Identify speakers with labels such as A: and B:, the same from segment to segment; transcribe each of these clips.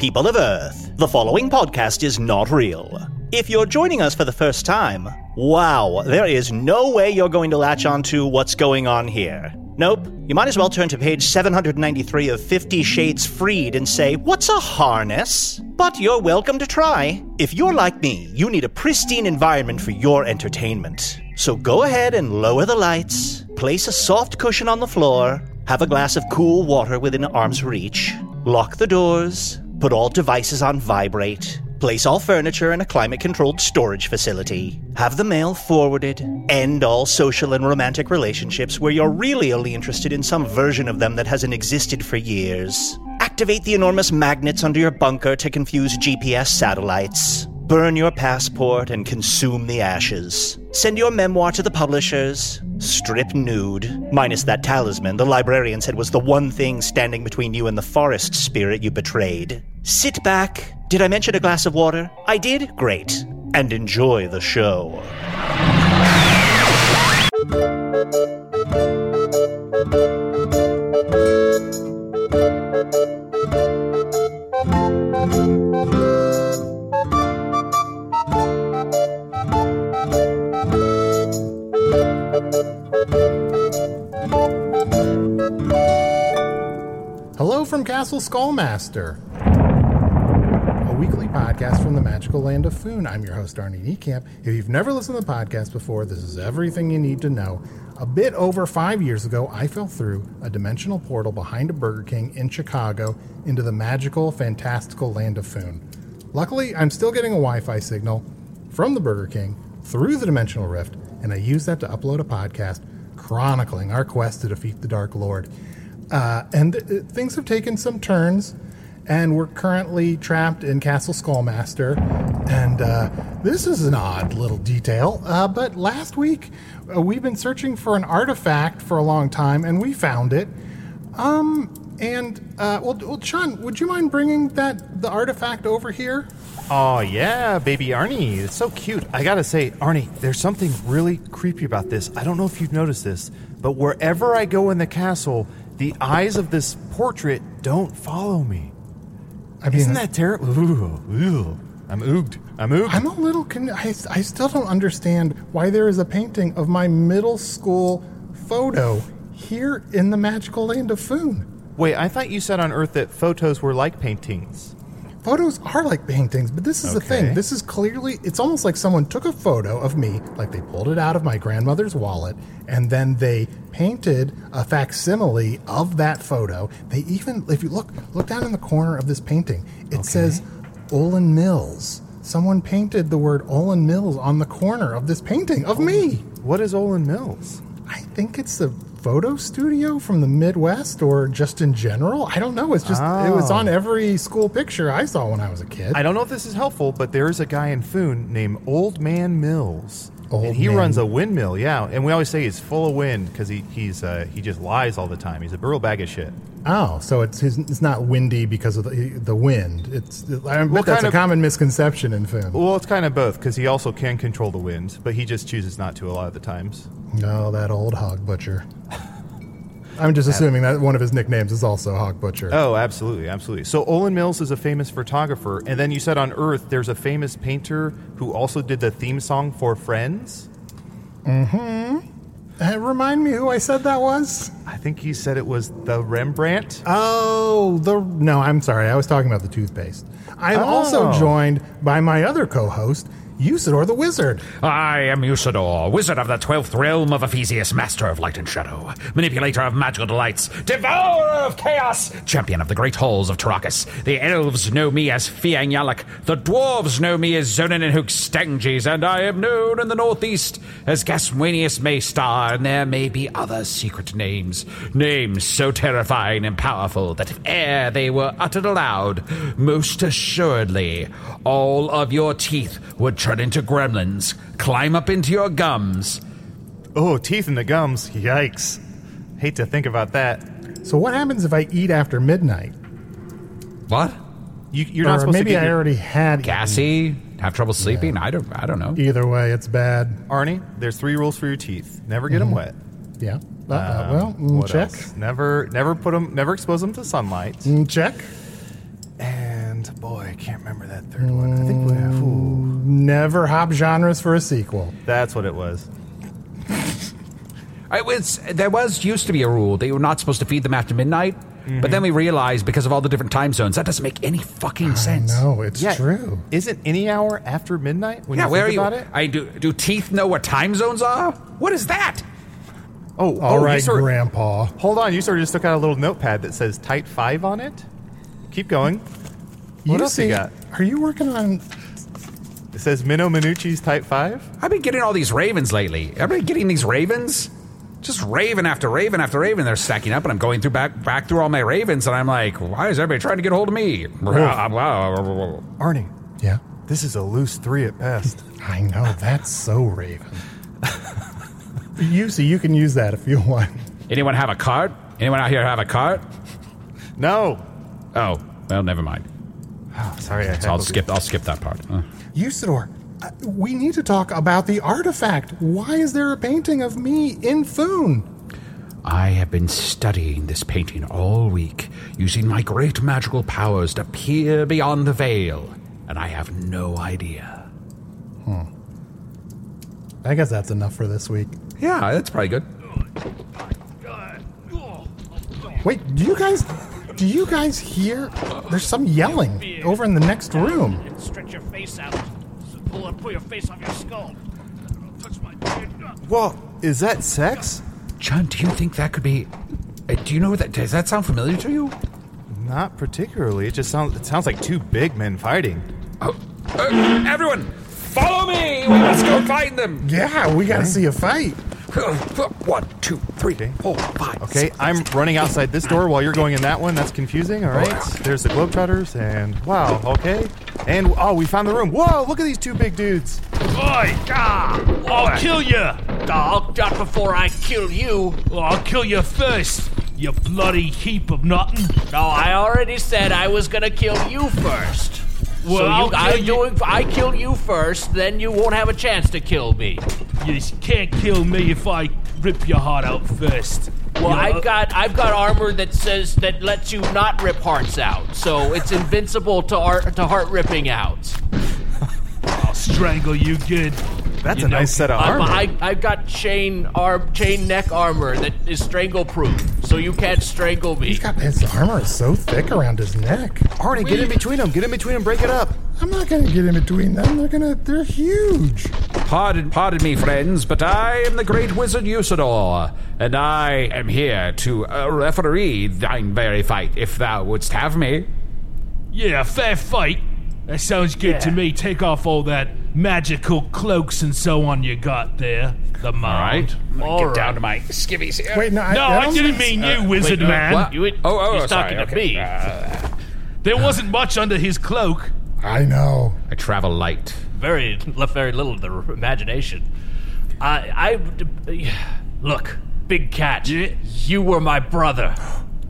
A: People of Earth, the following podcast is not real. If you're joining us for the first time, wow, there is no way you're going to latch on to what's going on here. Nope, you might as well turn to page 793 of Fifty Shades Freed and say, What's a harness? But you're welcome to try. If you're like me, you need a pristine environment for your entertainment. So go ahead and lower the lights, place a soft cushion on the floor, have a glass of cool water within arm's reach, lock the doors, put all devices on vibrate, place all furniture in a climate controlled storage facility, have the mail forwarded, end all social and romantic relationships where you're really only interested in some version of them that hasn't existed for years, activate the enormous magnets under your bunker to confuse GPS satellites. Burn your passport and consume the ashes. Send your memoir to the publishers. Strip nude. Minus that talisman the librarian said was the one thing standing between you and the forest spirit you betrayed. Sit back. Did I mention a glass of water? I did? Great. And enjoy the show.
B: Hello from Castle Skullmaster, a weekly podcast from the magical land of Foon. I'm your host, Arnie Niekamp. If you've never listened to the podcast before, this is everything you need to know. A bit over five years ago, I fell through a dimensional portal behind a Burger King in Chicago into the magical, fantastical land of Foon. Luckily, I'm still getting a Wi Fi signal from the Burger King through the dimensional rift, and I use that to upload a podcast chronicling our quest to defeat the Dark Lord. Uh, and uh, things have taken some turns, and we're currently trapped in Castle Skullmaster. And uh, this is an odd little detail, uh, but last week uh, we've been searching for an artifact for a long time, and we found it. Um, and uh, well, well, Sean, would you mind bringing that the artifact over here?
C: Oh yeah, baby Arnie. It's so cute. I gotta say, Arnie, there's something really creepy about this. I don't know if you've noticed this, but wherever I go in the castle, the eyes of this portrait don't follow me.
B: I mean,
C: Isn't that terrible? Ooh, ooh. I'm ooged. I'm ooged.
B: I'm a little. Con- I, I still don't understand why there is a painting of my middle school photo here in the magical land of Foon.
C: Wait, I thought you said on Earth that photos were like paintings.
B: Photos are like paintings, but this is the thing.
C: Okay.
B: This is clearly. It's almost like someone took a photo of me, like they pulled it out of my grandmother's wallet, and then they painted a facsimile of that photo. They even, if you look, look down in the corner of this painting, it says Olin Mills. Someone painted the word Olin Mills on the corner of this painting of me.
C: What is Olin Mills?
B: I think it's a photo studio from the Midwest or just in general. I don't know. It's just, it was
C: Oh.
B: on every school picture I saw when I was a kid.
C: I don't know if this is helpful, but there is a guy in Foon named Old Man Mills.
B: Old
C: and he
B: Man-
C: runs a windmill, yeah. And we always say he's full of wind because he, he's uh, he just lies all the time. He's a real bag of shit.
B: Oh, so it's his, it's not windy because of the, the wind. It's I bet
C: What
B: that's
C: kind
B: a
C: of-
B: common misconception in film.
C: Well, it's kind of both because he also can control the wind, but he just chooses not to a lot of the times.
B: No, that old hog butcher. I'm just assuming that one of his nicknames is also hog butcher.
C: Oh, absolutely, absolutely. So Olin Mills is a famous photographer, and then you said on Earth there's a famous painter who also did the theme song for Friends.
B: Eh, remind me who I said that was.
C: I think he said it was the Rembrandt.
B: Oh, the no, I'm sorry. I was talking about the toothpaste. I'm also
C: Oh.
B: joined by my other co-host, Usador the Wizard.
D: I am Usador, wizard of the twelfth realm of Ephesius, master of light and shadow, manipulator of magical delights, devourer of chaos, champion of the great halls of Tarakas. The elves know me as Fiang Yalak, the dwarves know me as Zonin and Hookstanges, and I am known in the northeast as Gaswanius Maystar, and there may be other secret names. Names so terrifying and powerful that if e'er they were uttered aloud, most assuredly all of your teeth would turn into gremlins, climb up into your gums.
C: Oh, teeth in the gums. Yikes. Hate to think about that.
B: So what happens if I eat after midnight?
D: What?
C: You, you're not
B: or
C: supposed
B: maybe
C: to get
B: I
C: your-
B: already had
D: Gassy? Have trouble sleeping? I don't I don't know.
B: Either way, it's bad.
C: Arnie, there's three rules for your teeth. Never get them wet.
B: Yeah. Uh, uh, well, Mm-hmm. mm,
C: Um, What
B: check.
C: else? Never, never put them. Never expose them to sunlight.
B: Mm, Check.
C: And boy, I can't remember that third one.
B: Mm.
C: I think we have. ooh.
B: Never hop genres for a sequel.
C: That's what it was.
D: It was there was used to be a rule that you were not supposed to feed them after midnight, but then we realized because of all the different time zones that doesn't make any fucking sense.
B: No, it's true.
C: Isn't any hour after midnight when
D: Yeah,
C: you
D: where are
C: think
D: you?
C: about it?
D: I do. Do teeth know what time zones are? What is that?
C: Oh,
B: All right,
C: oh, you sort-
B: Grandpa.
C: Hold on. You sort of just took out a little notepad that says "Type Five on it. Keep going. What else you
B: see-
C: got?
B: Are you working on?
C: It says Minnow Minucci's Type Five.
D: I've been getting all these ravens lately. Everybody getting these ravens? Just raven after raven after raven. They're stacking up, and I'm going through back back through all my ravens, and I'm like, why is everybody trying to get a hold of me?
C: Arnie,
B: Yeah,
C: this is a loose three at best.
B: I know. That's so Raven. you see, you can use that if you want.
D: Anyone have a cart? Anyone out here have a cart?
C: no.
D: Oh, well, never mind.
C: Oh, sorry, I
D: So I'll
C: heckled you.
D: skip. I'll skip that part. Uh.
B: Usador, uh, we need to talk about the artifact. Why is there a painting of me in Foon?
D: I have been studying this painting all week, using my great magical powers to peer beyond the veil, and I have no idea.
B: I guess that's enough for this week.
D: Yeah, that's probably good.
B: Wait, do you guys? Do you guys hear? There's some yelling over in the next room.
E: And stretch your face out. So pull up, pull your face off your skull. Touch my chin.
C: Whoa, is that sex?
D: John, do you think that could be? uh, Do you know that? Does that sound familiar to you?
C: Not particularly. It just sounds it sounds like two big men fighting.
D: Oh, uh, everyone, follow me. We must go find them. Uh,
B: Yeah, we gotta see a fight.
D: One, two, three, four, five.
C: Okay, I'm running outside this door while you're going in that one. That's confusing. All right. There's the Globetrotters and wow, okay. And oh, we found the room. Whoa, look at these two big dudes.
E: Oi! Ah, I'll kill you! I'll not before I kill you. I'll kill you first, you bloody heap of nothing.
F: No, I already said I was gonna kill you first.
E: Well,
F: so you,
E: I'll kill
F: I'm
E: you-
F: doing. I kill you first, then you won't have a chance to kill me.
E: You can't kill me if I rip your heart out first.
F: Well,
D: uh,
E: You-
F: I've got I've got armor that says that lets you not rip hearts out, so it's invincible to art to heart ripping out.
E: I'll strangle you good.
C: That's
E: You
C: a
E: know,
C: nice set of
F: I'm-
C: armor.
F: I I've got chain arm chain neck armor that is strangle proof, so you can't strangle me.
B: He's got his armor is so thick around his neck.
C: Arnie, get in between them. Get in between them. Break it up.
B: I'm not gonna get in between them. They're gonna. They're huge.
D: Pardon, pardon me, friends, but I am the great wizard Usador, and I am here to uh, referee thine very fight, if thou wouldst have me.
E: Yeah, fair fight. That sounds good to me. Take off all that magical cloaks and so on you got there. The mind. Oh,
F: All right.
D: Down to my skivvies here.
B: Wait, no, I,
E: No,
B: that
E: I
B: don't
E: didn't
B: mean-
E: mean you, wizard
F: uh,
E: man.
F: what?
D: What?
F: You would-
D: oh, oh,
F: he's
D: oh, sorry.
F: talking to
D: okay.
F: me.
D: Uh,
E: There wasn't much under his cloak.
B: I know.
D: I travel light.
F: very left very little to the imagination. I I look, big cat. You were my brother,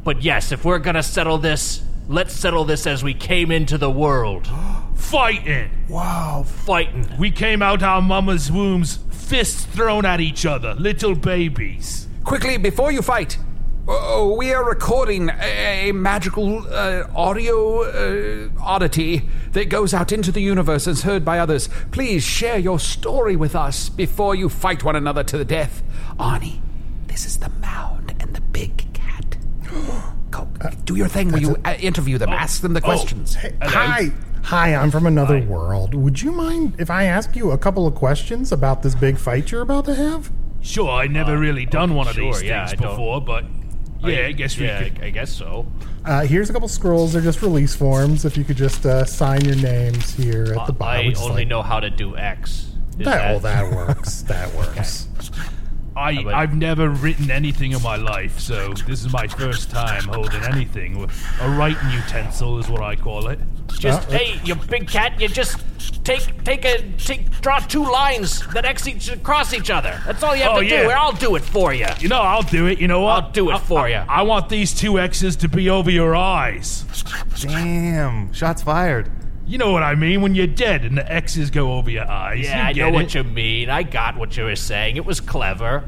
F: but yes, if we're gonna settle this, let's settle this as we came into the world,
E: Fighting.
F: Wow, fighting.
E: We came out our mama's wombs, fists thrown at each other, little babies.
D: Quickly, before you fight, oh, we are recording a, a magical uh, audio uh, oddity that goes out into the universe and is heard by others. Please share your story with us before you fight one another to the death. Arnie, this is the mound and the big cat. Go, do your thing where you uh, interview them, ask them the questions.
B: Hi. Hi, I'm from another world. Would you mind if I ask you a couple of questions about this big fight you're about to have?
E: Sure, I never really done one of
F: Uh, sure,
E: these
F: yeah,
E: things
F: I don't-
E: before, but yeah, I, guess we
F: yeah,
E: could.
F: I guess so.
B: Uh, here's a couple scrolls. They're just release forms. If you could just uh, sign your names here at the bottom.
F: I
B: We'd just
F: only
B: like-
F: know how to do X. Is
B: That, well, that works. That works.
E: I,
F: but-
E: I've never written anything in my life, so this is my first time holding anything. A writing utensil is what I call it.
F: Just
B: Uh, uh.
F: hey, you big cat, you just take take a take draw two lines that X each across each other. That's all you have
E: Oh,
F: to
E: yeah.
F: do, and I'll do it for you.
E: You know, I'll do it. You know what?
F: I'll do it
E: I-
F: for
E: I-
F: ya.
E: I want these two X's to be over your eyes.
C: Damn. Shots fired.
E: You know what I mean? When you're dead and the X's go over your eyes.
F: Yeah, I
E: you
F: know
E: get
F: what
E: it.
F: you mean. I got what you were saying. It was clever.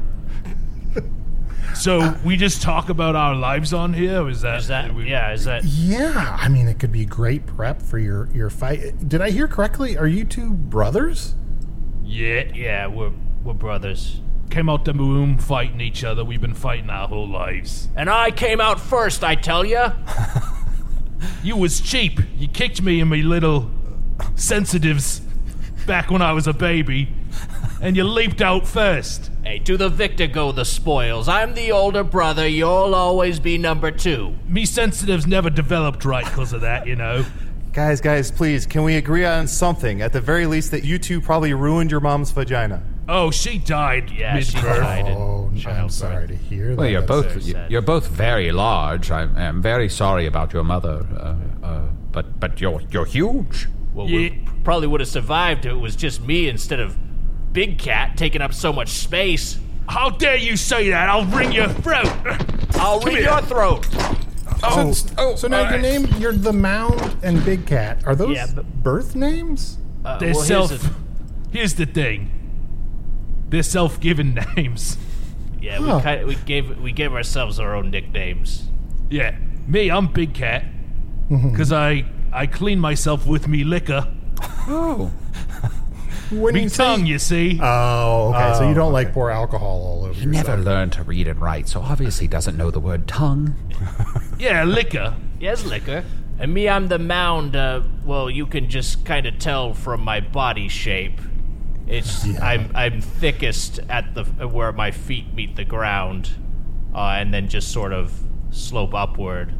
E: So we just talk about our lives on here. Or is that?
F: Is that?
E: we-
F: Yeah, is that?
B: yeah, I mean, it could be great prep for your your fight. Did I hear correctly? Are you two brothers?
E: Yeah.
F: Yeah, we're we're brothers.
E: Came out the womb fighting each other. We've been fighting our whole lives.
F: And I came out first, I tell ya.
E: You was cheap. You kicked me in me little sensitives back when I was a baby, and you leaped out first.
F: Hey, to the victor go the spoils. I'm the older brother. You'll always be number two.
E: Me sensitives never developed right because of that, you know.
C: Guys, guys, please, can we agree on something? At the very least, that you two probably ruined your mom's vagina.
E: Oh, she died
F: Yeah, she
E: mid-birth.
F: died. in
B: Oh, I'm
F: childbirth.
B: sorry to hear that.
D: Well, you're
B: That's-
D: both
F: sad.
D: you're both very large. I'm, I'm very sorry about your mother, uh, uh, but but you're you're huge.
F: Well,
E: Yeah.
F: we probably would have survived if it was just me instead of Big Cat taking up so much space.
E: How dare you say that? I'll wring your throat.
F: I'll
E: Come
F: wring
E: here.
F: your throat.
B: Oh,
D: Since- oh,
B: so now
D: all
B: your
D: right.
B: name, you're the Mound and Big Cat. Are those
F: Yeah, but-
B: birth names?
F: Uh,
E: They're
F: well, here's
E: self.
F: the-
E: here's the thing. They're self-given names.
F: yeah,
B: Huh.
F: we, kind we gave we gave ourselves our own nicknames.
E: Yeah, me, I'm Big Cat. Because I, I clean myself with me liquor.
D: Oh,
B: When
E: Me
B: you say-
E: tongue, you see.
B: Oh, okay. so you don't like pour alcohol all over yourself.
D: never learned to read and write, so obviously doesn't know the word tongue.
E: yeah, liquor.
F: Yes, liquor. And me, I'm the mound. Uh, well, you can just kind of tell from my body shape. It's I'm I'm thickest at the where my feet meet the ground, uh, and then just sort of slope upward.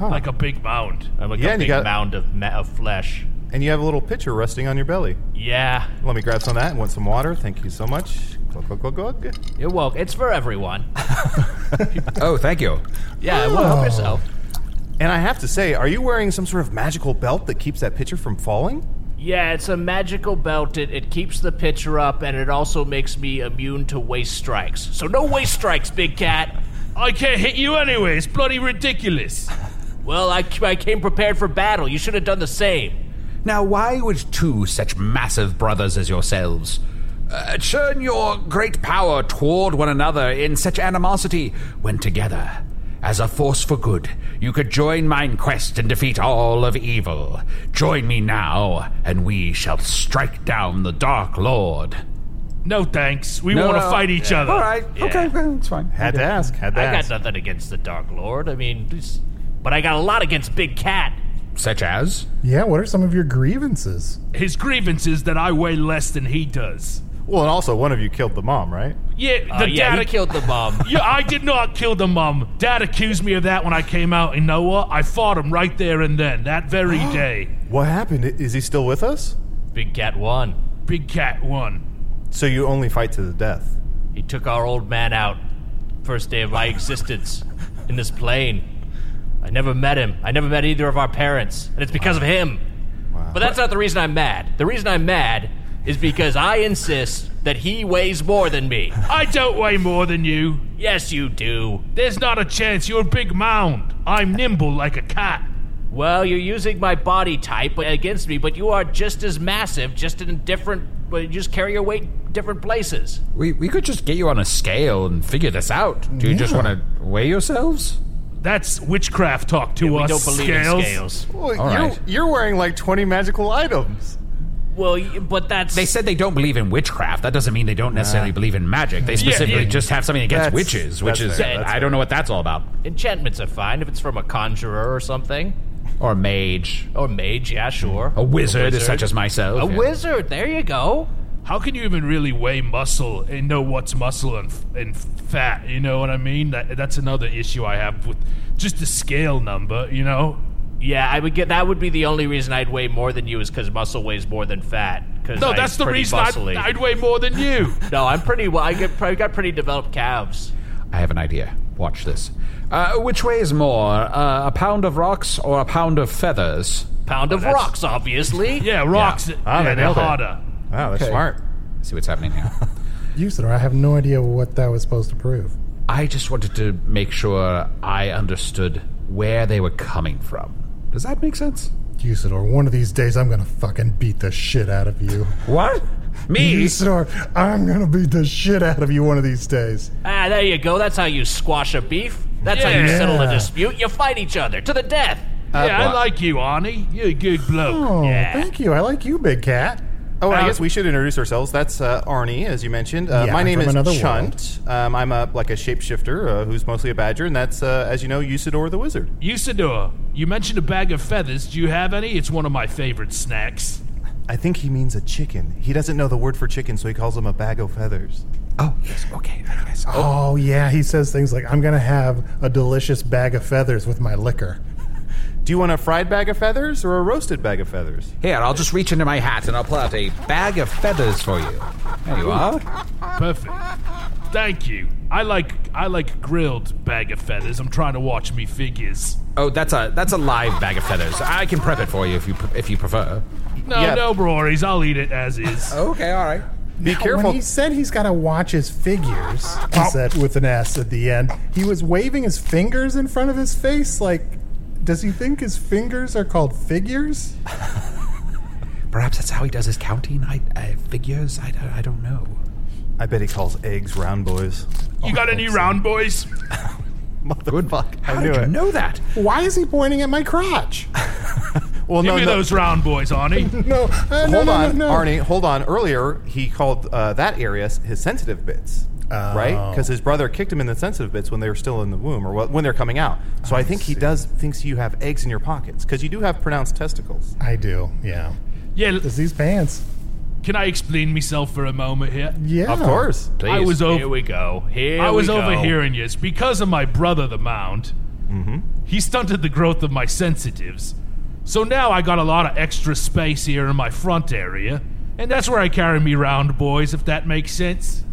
E: Like a big mound.
F: I'm like
C: Yeah,
F: a
C: and you
F: big
C: got-
F: mound of ma- of flesh.
C: And you have a little pitcher resting on your belly.
F: Yeah,
C: Let me grab some of that and want some water. Thank you so much. Glug, glug, glug, glug.
F: you're welcome. It's for everyone.
D: Oh, thank you.
F: Yeah, well,
C: Oh.
F: help yourself.
C: And I have to say, are you wearing some sort of magical belt that keeps that pitcher from falling?
F: Yeah, it's a magical belt. It, it keeps the pitcher up, and it also makes me immune to waist strikes. So no waist strikes, big cat.
E: I can't hit you anyway. It's bloody ridiculous.
F: Well, I, I came prepared for battle. You should have done the same.
D: Now, why would two such massive brothers as yourselves uh, churn your great power toward one another in such animosity when together, as a force for good, you could join mine quest and defeat all of evil? Join me now, and we shall strike down the Dark Lord.
E: No thanks. We want to fight each other.
D: All right.
F: Yeah.
D: Okay, well, it's fine.
C: Had to ask. Had to
F: I got
C: ask.
F: nothing against the Dark Lord. I mean, it's- but I got a lot against Big Cat.
D: Such as?
B: Yeah, what are some of your grievances?
E: His grievance is that I weigh less than he does.
C: Well, and also one of you killed the mom, right?
E: Yeah, the
F: Uh, yeah,
E: dad
F: he killed the mom.
E: Yeah, I did not kill the mom. Dad accused me of that when I came out, and Noah, I fought him right there and then, that very day.
C: What happened? I- Is he still with us?
F: Big Cat won.
E: Big Cat won.
C: So you only fight to the death.
F: He took our old man out. First day of my existence in this plane. I never met him. I never met either of our parents, and it's because of him. But that's not the reason I'm mad. The reason I'm mad is because I insist that he weighs more than me.
E: I don't weigh more than you.
F: Yes, you do.
E: There's not a chance. You're a big mound. I'm nimble like a cat.
F: Well, you're using my body type against me, but you are just as massive, just in different. But you just carry your weight different places.
D: We, we could just get you on a scale and figure this out. Do you just want to weigh yourselves?
E: That's witchcraft talk to
F: we
E: us.
F: don't believe
E: scales.
F: in scales.
C: Well,
D: All
C: you're,
D: right.
C: you're wearing like 20 magical items.
F: Well, y- but that's
D: They said they don't believe in witchcraft. That doesn't mean they don't necessarily believe in magic. They specifically
E: yeah.
D: just have something against
C: That's-
D: witches, which
C: that's
D: is
C: fair, that's
D: I don't know what that's all about.
F: enchantments are fine if it's from a conjurer or something,
D: Or mage,
F: or mage. Yeah, sure.
D: a wizard, such as myself.
F: a
D: yeah.
F: wizard. There you go.
E: How can you even really weigh muscle and know what's muscle and, f- and f- fat? You know what I mean? That, that's another issue I have with just the scale number, you know?
F: Yeah, I would get that. Would be the only reason I'd weigh more than you is because muscle weighs more than fat. 'cause
E: No,
F: I'm
E: that's the
F: pretty
E: reason I'd,
F: muscly.
E: I'd weigh more than you.
F: No, I'm pretty. Well, I get. I got pretty developed calves.
D: I have an idea. Watch this. Uh, which weighs more, uh, a pound of rocks or a pound of feathers?
F: Pound of rocks, obviously.
E: Oh, Yeah, rocks. Yeah,
C: Ah, they
E: they're
C: nailed it.
E: harder.
C: Wow, that's smart.
D: See what's happening here.
B: Use it, or I have no idea what that was supposed to prove.
D: I just wanted to make sure I understood where they were coming from. Does that make sense?
B: Usador, one of these days I'm gonna fucking beat the shit out of you.
D: What? Me?
B: Usador, I'm gonna beat the shit out of you one of these days.
F: Ah, there you go. That's how you squash a beef. That's how you
E: Yeah.
F: settle a dispute. You fight each other to the death.
E: yeah, I
D: what?
E: like you, Arnie. You're a good bloke.
B: Oh, thank you. I like you, big cat.
C: Oh, and I
E: Uh,
C: guess we should introduce ourselves. That's uh, Arnie, as you mentioned. Uh,
B: Yeah,
C: my
B: I'm
C: name
B: from
C: is
B: another world.
C: Chunt. Um, I'm a like a shapeshifter uh, who's mostly a badger, and that's uh, as you know, Usador the wizard.
E: Usador, you mentioned a bag of feathers. Do you have any? It's one of my favorite snacks.
C: I think he means a chicken. He doesn't know the word for chicken, so he calls him a bag of feathers.
D: Oh, yes. Okay. Yes. Oh,
B: Oh, yeah, he says things like, I'm gonna have a delicious bag of feathers with my liquor.
C: Do you want a fried bag of feathers or a roasted bag of feathers?
D: Here, I'll just reach into my hat and I'll pull out a bag of feathers for you. There you are.
E: Perfect. Thank you. I like I like grilled bag of feathers. I'm trying to watch me figures.
D: Oh, that's a that's a live bag of feathers. I can prep it for you if you pre- if you prefer.
E: No,
C: Yeah.
E: no brories. I'll eat it as is.
D: Okay, all right.
C: Be careful.
B: Oh,
C: Oh.
B: When he said he's got to watch his figures, he said with an S at the end, he was waving his fingers in front of his face. Like, does he think his fingers are called figures?
D: Perhaps that's how he does his counting. I, I figures. I, don't- I don't know.
C: I bet he calls eggs round boys.
F: Oh.
E: you got any round boys?
C: Motherfucker.
D: How
C: I knew
D: did you
C: it.
D: know that?
B: Why is he pointing at my crotch?
C: Well,
E: Give
C: no,
E: me
C: no.
E: those round boys, Arnie.
B: No, uh, no,
C: Hold
B: no,
C: on,
B: no, no.
C: Arnie. Hold on. Earlier, he called uh, that area s- his sensitive bits, right? Because his brother kicked him in the sensitive bits when they were still in the womb or wh- when they're coming out. So I, think he does thinks you have eggs in your pockets because you do have pronounced testicles.
B: I do. Yeah.
E: yeah, l-
B: It's these pants.
E: can I explain myself for a moment here?
B: Yeah.
C: Of course.
D: Please.
E: I was over
F: Here we go. Here
E: I was
F: we go.
E: overhearing you. It's because of my brother, the Mound.
F: Mm-hmm.
E: He stunted the growth of my sensitives. So now I got a lot of extra space here in my front area. And that's where I carry me round, boys, if that makes sense.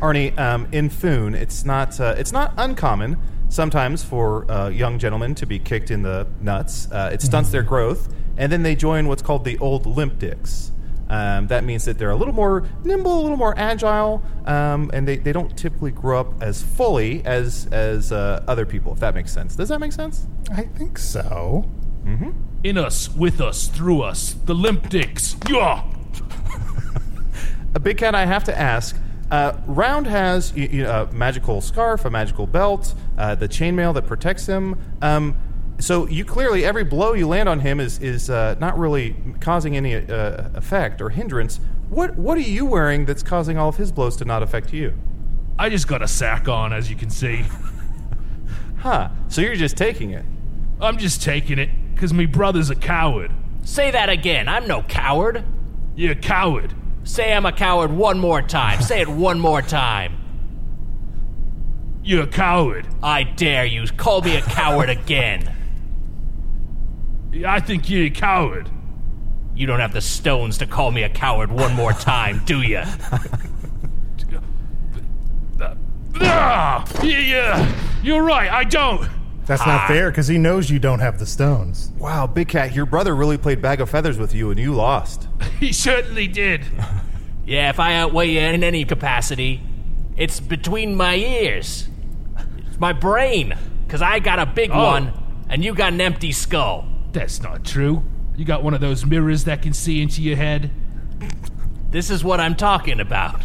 C: Arnie, um, in Foon, it's not uh, it's not uncommon sometimes for uh, young gentlemen to be kicked in the nuts. Uh, it stunts their growth, and then they join what's called the old limp dicks. Um, that means that they're a little more nimble, a little more agile, um, and they, they don't typically grow up as fully as as uh, other people. If that makes sense, does that make sense?
B: I think so.
E: In us, with us, through us, the limp dicks. Yeah!
C: A big cat, I have to ask. Uh, Round has you, you know, a magical scarf, a magical belt, uh, the chainmail that protects him. Um, so you clearly every blow you land on him is is uh, not really causing any uh, effect or hindrance. What what are you wearing that's causing all of his blows to not affect you?
E: I just got a sack on, as you can see.
C: Huh? So you're just taking it.
E: I'm just taking it, because me brother's a coward.
F: Say that again. I'm no coward.
E: You're a coward.
F: Say I'm a coward one more time. Say it one more time.
E: You're a coward.
F: I dare you. Call me a coward again.
E: I think you're a coward.
F: You don't have the stones to call me a coward one more time, do you?
E: Ah, yeah, yeah. You're right, I don't.
B: That's
C: Ah.
B: not fair because he knows you don't have the stones.
C: Wow, Big Cat, your brother really played Bag of Feathers with you, and you lost.
E: He certainly did.
F: Yeah, if I outweigh you in any capacity, it's between my ears. It's my brain. Because I got a big
E: Oh.
F: one, and you got an empty skull.
E: That's not true. You got one of those mirrors that can see into your head?
F: This is what I'm talking about.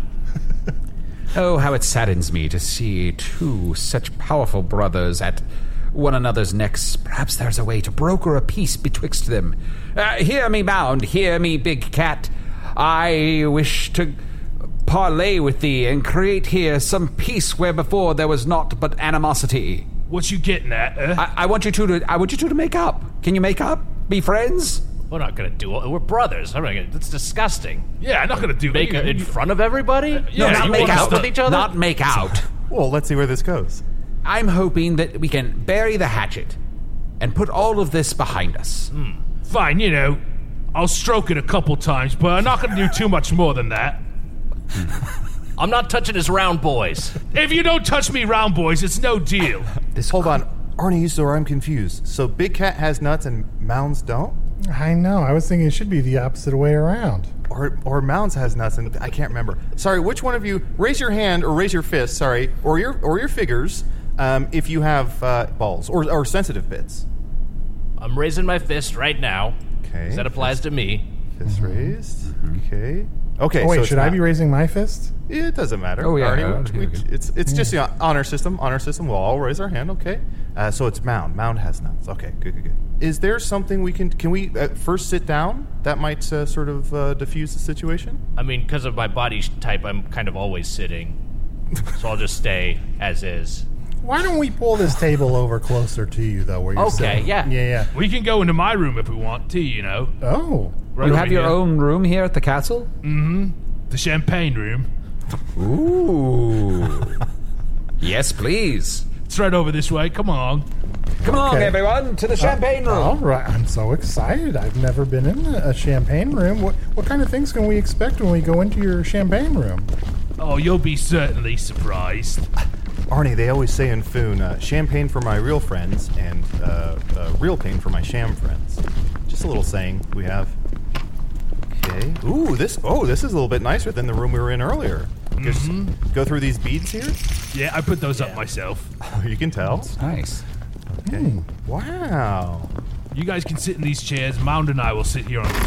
D: Oh, how it saddens me to see two such powerful brothers at one another's necks. Perhaps there's a way to broker a peace betwixt them. Uh, hear me, Mound. Hear me, Big Cat. I wish to parley with thee and create here some peace where before there was naught but animosity.
E: What you getting at, eh?
D: I, I want you two to. I want you two to make up. Can you make up? Be friends.
F: We're not gonna do it. We're brothers. I'm not gonna, that's disgusting.
E: yeah, I'm not gonna do
F: Make
E: you-
F: it in
E: you- Uh,
F: front of everybody?
E: Yeah,
D: not
E: you
D: make
E: want us
D: out
E: to-
F: with each other?
D: Not make out.
C: Well, let's see where this goes.
D: I'm hoping that we can bury the hatchet and put all of this behind us.
E: Fine, you know, I'll stroke it a couple times, but I'm not gonna do too much more than that.
F: I'm not touching his round boys.
E: If you don't touch me round, boys, it's no deal.
C: Hold on, Arnie, so I'm confused. So Big Cat has nuts and Mounds don't?
B: I know. I was thinking it should be the opposite way around.
C: Or, or Mounds has nuts and I can't remember. Sorry, which one of you? Raise your hand or raise your fist. Sorry, or your or your figures, um, if you have uh, balls or, or sensitive bits.
F: I'm raising my fist right now.
C: Okay.
F: 'cause That applies to me.
C: Fist raised. Okay.
B: Mm-hmm.
C: Okay.
B: Oh,
C: so
B: wait,
C: it's
B: should I
C: not-
B: be raising my fist?
C: It doesn't matter.
D: Oh, yeah.
C: Arnie,
D: Oh,
C: we-
D: okay,
C: we-
D: okay.
C: It's it's just the honor system. Honor system. We'll all raise our hand. Okay. Uh, so it's mound. Mound has nuts. Okay. Good. Good. Good. Is there something we can can we uh, first sit down that might uh, sort of uh, diffuse the situation?
F: I mean, because of my body sh- type, I'm kind of always sitting. so I'll just stay as is.
B: Why don't we pull this table over closer to you, though, where you're
F: Okay,
B: sitting?
F: yeah.
B: Yeah,
E: We can go into my room if we want to, you know.
B: yeah. Oh.
E: Right
D: you
E: over
D: have your
E: here.
D: own room here at the castle?
E: The champagne room.
D: Ooh. yes, please.
E: It's right over this way. Come on.
D: Come along,
B: Okay.
D: everyone, to the champagne
B: All
D: room.
B: right. I'm so excited. I've never been in
C: Uh,
B: a champagne room. What, what kind of things can we expect when we go into your champagne room?
E: Oh, you'll be certainly surprised.
C: Arnie, they always say in Foon, uh, champagne for my real friends and uh, uh, real pain for my sham friends. Just a little saying we have. Okay. Ooh, this. Oh, this is a little bit nicer than the room we were in earlier. Just go through these beads here.
E: Yeah, I put those up myself.
C: You can tell.
D: Nice.
C: Wow.
E: You guys can sit in these chairs. Mound and I will sit here on the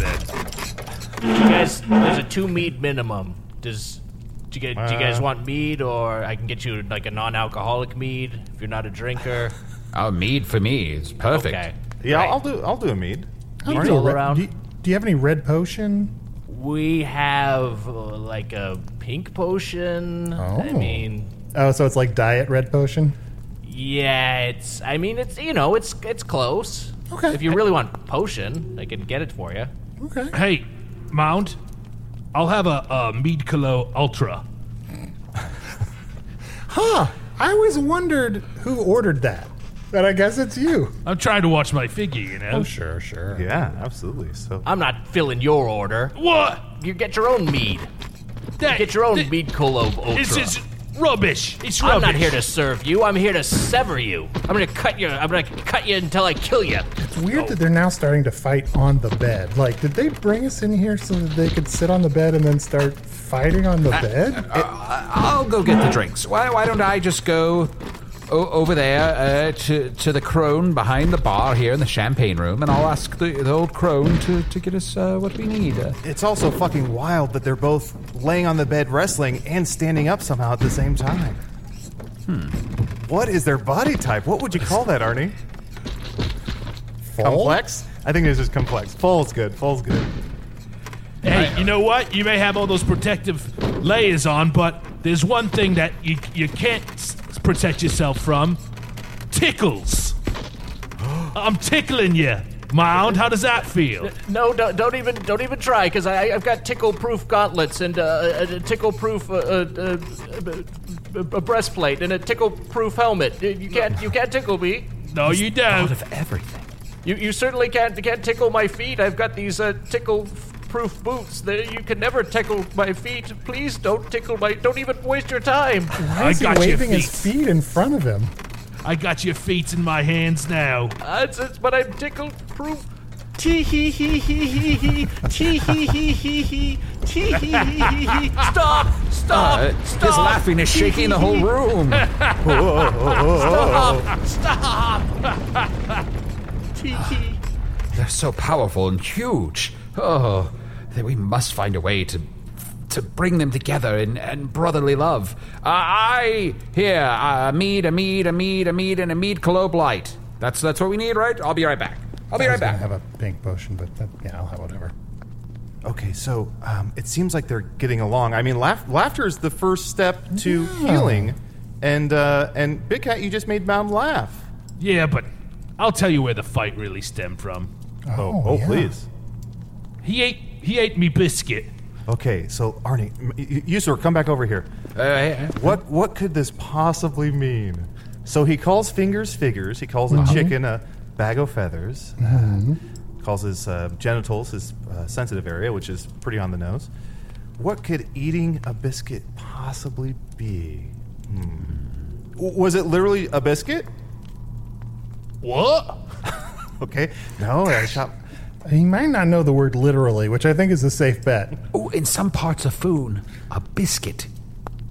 E: bed.
F: You guys, there's a two mead minimum. Does do you, guys, do you guys
C: Uh.
F: want mead, or I can get you like a non-alcoholic mead if you're not a drinker?
D: Oh, mead for me is perfect.
F: Okay.
C: Yeah,
F: Right.
C: I'll do. I'll do a mead.
B: I'll do a
F: all
B: red-
F: around.
B: Do you, do you have any red potion?
F: We have uh, like a pink potion. I
B: Oh.
F: mean,
B: Oh, so it's like diet red potion?
F: yeah, it's. I mean, it's you know, it's it's close.
B: Okay.
F: If you really want potion, I can get it for you.
B: Okay.
E: Hey, Mound, I'll have a, a Mead Colo Ultra.
B: Huh. I always wondered who ordered that. But I guess it's you.
E: I'm trying to watch my figure, you
F: Oh,
E: know.
B: Oh, sure, sure.
C: Yeah, absolutely. So
F: I'm not filling your order.
E: What?
F: You get your own mead.
E: That,
F: Get your own
E: that-
F: mead cologne ultra.
E: It's just rubbish. It's rubbish.
F: I'm not here to serve you. I'm here to sever you. I'm gonna cut you. I'm gonna cut you until I kill you.
B: It's weird that they're now starting to fight on the bed. Like, did they bring us in here so that they could sit on the bed and then start fighting on the bed?
D: I'll go get the drinks. Why, why don't I just go o- over there uh, to, to the crone behind the bar here in the champagne room, and I'll ask the, the old crone to, to get us uh, what we need. Uh,
C: it's also fucking wild that they're both laying on the bed wrestling and standing up somehow at the same time. Hmm. What is their body type? What would you call that, Arnie? Complex? I think this is complex. Full's good. Full's good.
E: Hey, you know what? You may have all those protective layers on, but there's one thing that you you can't s- protect yourself from: tickles. I'm tickling you. Mound, how does that feel?
F: No, don't, don't even don't even try because I I've got tickle proof gauntlets and uh, a, a tickle proof uh, uh, uh, a, a breastplate and a tickle proof helmet. You can't you can't tickle me.
E: No, you don't.
G: of everything.
F: You you certainly can't can't tickle my feet. I've got these uh, tickle proof boots that you can never tickle my feet. Please don't tickle my. Don't even waste your time.
E: I
B: Is he
E: got your
B: waving his
E: feet.
B: feet in front of him?
E: I got your feet in my hands now.
F: Uh, it's, it's, but I'm tickle proof. Tee hee hee hee hee hee. Tee hee hee hee hee. Tee hee hee hee hee. Stop! Stop!
D: Uh,
F: stop!
D: his laughing is shaking the whole room.
F: Stop! Stop! Tee hee.
D: They're so powerful and huge. Oh, that we must find a way to to bring them together in, in brotherly love. Uh, I here, uh, Amid, Amid, Amid, Amid, and Amid Coloblite. That's that's what we need, right? I'll be right back. I'll be
B: I
D: right
B: was gonna
D: back.
B: have a pink potion, but that, yeah, I'll have whatever.
C: Okay, so um, it seems like they're getting along. I mean, laugh- laughter is the first step to healing, and uh, and Big Cat, you just made Mom laugh.
E: Yeah, but I'll tell you where the fight really stemmed from.
B: Oh, yeah.
E: He ate he ate me biscuit.
C: Okay, so Arnie, m- y- y- you sir, come back over here.
D: Uh, yeah.
C: What what could this possibly mean? So he calls fingers figures. He calls a chicken a bag of feathers. uh, calls his uh, genitals his uh, sensitive area, which is pretty on the nose. What could eating a biscuit possibly be? Hmm. W- Was it literally a biscuit?
E: What?
C: Okay, no, I shot.
B: He might not know the word literally, which I think is a safe bet.
D: Oh, in some parts of Foon, a biscuit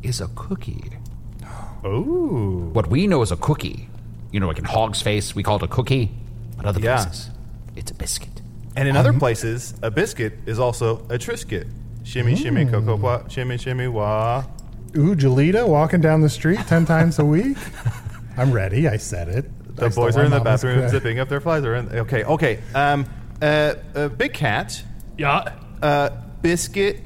D: is a cookie.
C: Ooh,
D: What we know is a cookie. You know, like in Hog's Face, we call it a cookie, but other
C: Yeah.
D: places, it's a biscuit.
C: and in other places, a biscuit is also a trisket. Shimmy, shimmy, cocoa, pop, shimmy, shimmy, wah.
B: Ooh, Jolita walking down the street 10 times a week? I'm ready. I said it.
C: The
B: I still
C: boys are in the
B: want mama's
C: bathroom
B: crack.
C: zipping up their flies. Are in, okay, okay. Um, uh, uh, Big Cat,
E: Yeah.
C: uh, biscuit,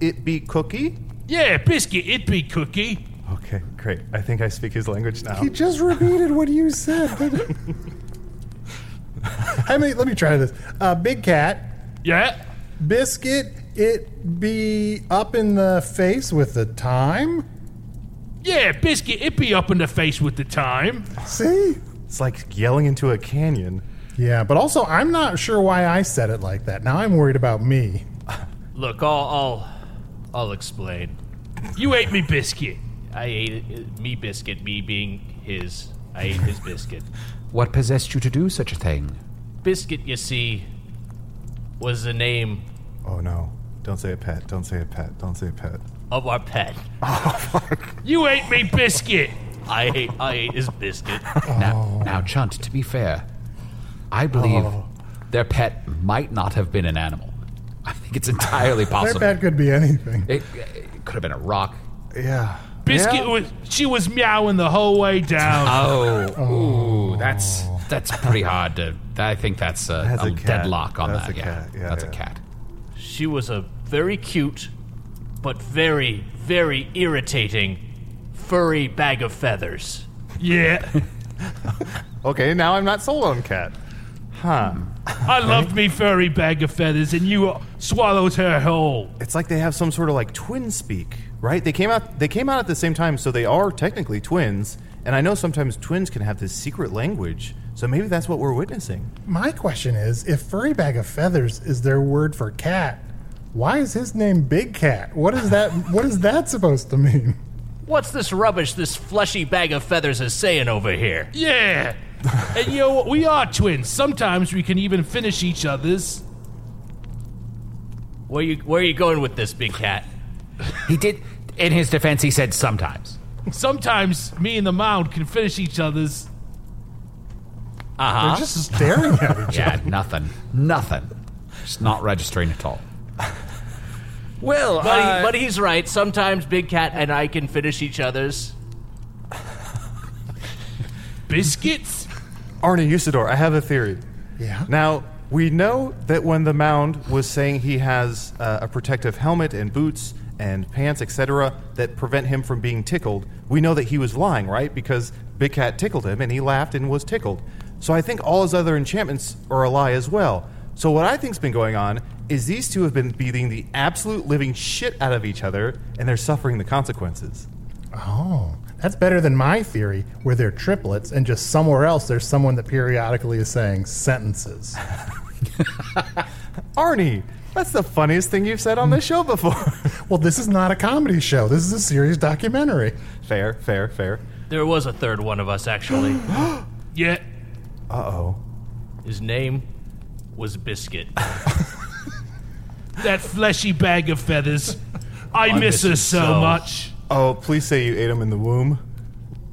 C: it be cookie.
E: Yeah, biscuit, it be cookie.
C: Okay, great. I think I speak his language now.
B: He just repeated what you said. I mean, let me try this. Uh, Big Cat,
E: Yeah.
B: biscuit, it be up in the face with the time?
E: Yeah, biscuit, it be up in the face with the time.
B: See?
C: It's like yelling into a canyon.
B: Yeah, but also, I'm not sure why I said it like that. Now I'm worried about me.
F: Look, I'll, I'll I'll explain.
E: You ate me biscuit.
F: I ate it- me biscuit. Me being his. I ate his biscuit.
D: What possessed you to do such a thing?
F: Biscuit, you see, was the name
C: Oh no! Don't say it, pet. Don't say it, pet. Don't say it, pet.
F: of our pet.
E: You ate me biscuit.
F: I ate, I ate his biscuit.
D: Now, now, Chunt, to be fair, I believe
C: Oh.
D: their pet might not have been an animal. I think it's entirely
B: Their
D: possible.
B: bad could be anything.
D: It, it could have been a rock.
C: Yeah.
E: Biscuit
C: Yeah.
E: was she was meowing the whole way
F: Uh,
E: down.
D: Oh, ooh, that's that's pretty hard to. I think that's a,
C: That's a
D: a
C: cat.
D: deadlock on
C: That's
D: that.
C: a
D: yeah.
C: cat. Yeah,
D: that's a
C: yeah.
D: cat.
F: She was a very cute, but very, very irritating furry bag of feathers.
E: Yeah.
C: Okay, now I'm not sold on cat. Huh?
E: I loved me furry bag of feathers and you swallowed her whole.
C: It's like they have some sort of like twin speak, right? They came out. They came out at the same time, so they are technically twins. And I know sometimes twins can have this secret language, so maybe that's what we're witnessing.
B: My question is if furry bag of feathers is their word for cat, why is his name Big Cat? What is that? What is that supposed to mean?
F: What's this rubbish this fleshy bag of feathers is saying over here?
E: Yeah. and you know what? We are twins. Sometimes we can even finish each other's.
F: Where you where you going with this big cat?
D: He did. In his defense, he said sometimes.
E: Sometimes me and the mound can finish each other's.
B: They're just staring at each other.
D: Uh-huh. Yeah, nothing, nothing. Just not registering at all. Well,
F: But,
D: uh,
F: he, but he's right. Sometimes Big Cat and I can finish each other's.
E: Biscuits?
C: Arnie Usador, I have a theory.
B: Yeah.
C: Now we know that when the mound was saying he has uh, a protective helmet and boots and pants, etc., that prevent him from being tickled, we know that he was lying, right? Because Big Cat tickled him, and he laughed and was tickled. So I think all his other enchantments are a lie as well. So what I think's been going on is these two have been beating the absolute living shit out of each other, and they're suffering the consequences.
B: Oh, that's better than my theory, where they're triplets, and just somewhere else there's someone that periodically is saying sentences.
C: Arnie, that's the funniest thing you've said on this show before.
B: well, this is not a comedy show. This is a serious documentary.
C: fair, fair, fair.
F: There was a third one of us, actually.
E: Yeah.
F: His name was Biscuit.
E: That fleshy bag of feathers. I, miss her
F: miss
E: so,
F: him so.
E: much.
C: Oh, please say you ate him in the womb.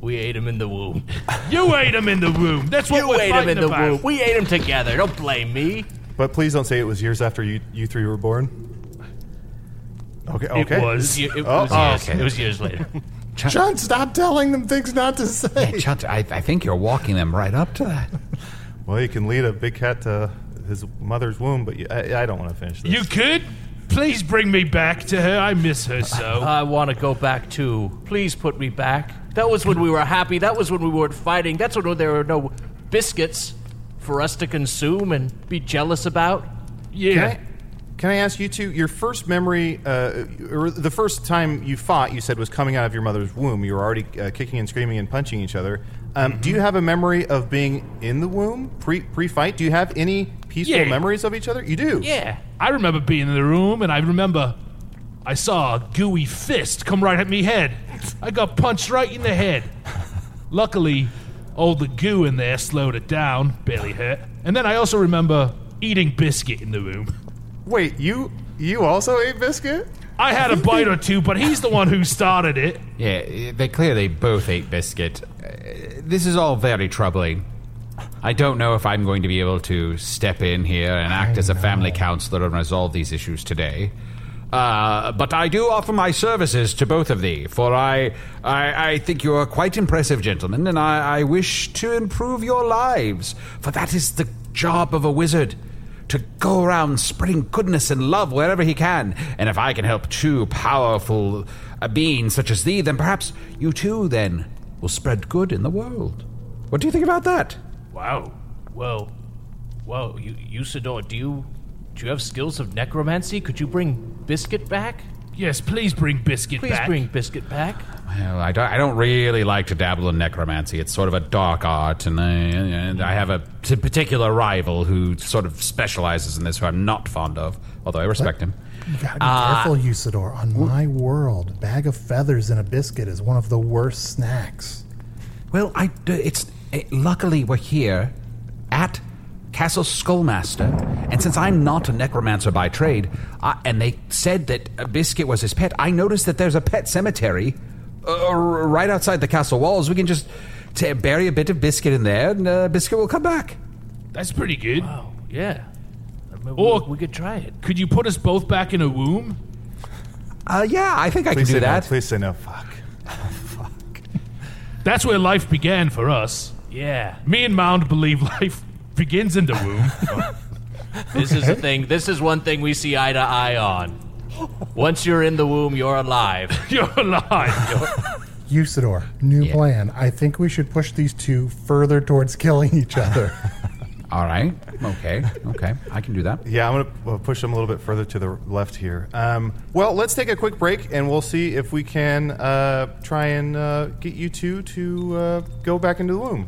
F: We ate him in the womb.
E: You ate him in the womb. That's what
F: You
E: we're
F: ate him in
E: fighting
F: the
E: about.
F: womb. We ate him together. Don't blame me.
C: But please don't say it was years after you, you three were born. Okay, okay.
E: It was.
F: It, it
C: Oh,
F: was
C: oh,
F: years,
D: okay.
F: it was years later.
B: John, stop telling them things not to say.
D: Hey, Chunt, I, I think you're walking them right up to that.
C: Well, you can lead a big cat to his mother's womb, but you, I, I don't want to finish this.
E: You could? Please bring me back to her. I miss her so.
F: I want to go back too. Please put me back. That was when we were happy. That was when we weren't fighting. That's when there were no biscuits for us to consume and be jealous about.
E: Yeah.
C: Can I, can I ask you two? Your first memory, uh, or the first time you fought, you said was coming out of your mother's womb. You were already uh, kicking and screaming and punching each other. Um, Do you have a memory of being in the womb pre pre fight? Do you have any peaceful
E: Yeah.
C: memories of each other? You do.
F: Yeah.
E: I remember being in the room, and I remember I saw a gooey fist come right at me head. I got punched right in the head. Luckily, all the goo in there slowed it down, barely hurt. And then I also remember eating biscuit in the room.
C: Wait, you you also ate biscuit?
E: I had a bite or two, but he's the one who started it.
D: Yeah, eh, they clearly both ate biscuit. Eh, This is all very troubling. I don't know if I'm going to be able to step in here and act as a family counselor and resolve these issues today. Uh, but I do offer my services to both of thee, for I, I, I think you are quite impressive gentlemen, and I, I wish to improve your lives, for that is the job of a wizard to go around spreading goodness and love wherever he can. And if I can help two powerful uh, beings such as thee, then perhaps you too then will spread good in the world. What do you think about that?
F: Wow. Well, well, you, Usador, do you do you have skills of necromancy? Could you bring Biscuit back?
E: Yes, please bring biscuit
F: Please
E: back.
F: bring Biscuit back.
D: Well, I don't, I don't really like to dabble in necromancy. It's sort of a dark art, and I, and I have a t- particular rival who sort of specializes in this, who I'm not fond of, although I respect him.
B: You gotta be careful, Usador. On my world, bag of feathers and a biscuit is one of the worst snacks.
D: Well, I d- it's eh, luckily we're here at Castle Skullmaster, and since I'm not a necromancer by trade, I, and they said that a biscuit was his pet, I noticed that there's a pet cemetery uh, r- right outside the castle walls. We can just t- bury a bit of biscuit in there, and uh, biscuit will come back.
E: That's pretty good.
F: Oh, yeah. I mean, we-
E: Or-
F: we, could try it.
E: Could you put us both back in a womb?
D: Uh, yeah, I think I can
C: Please say
D: do that.
C: No, please say no. Fuck.
E: That's where life began for us.
F: Yeah.
E: Me and Mound believe life begins in the womb.
F: This is a thing. This is one thing we see eye to eye on. Once you're in the womb, you're alive.
E: You're alive.
B: Usador, new
D: Yeah.
B: plan. I think we should push these two further towards killing each other.
D: All right. Okay. Okay. I can do that.
C: Yeah, I'm going to push him a little bit further to the left here. Um, well, let's take a quick break and we'll see if we can uh, try and uh, get you two to uh, go back into the womb,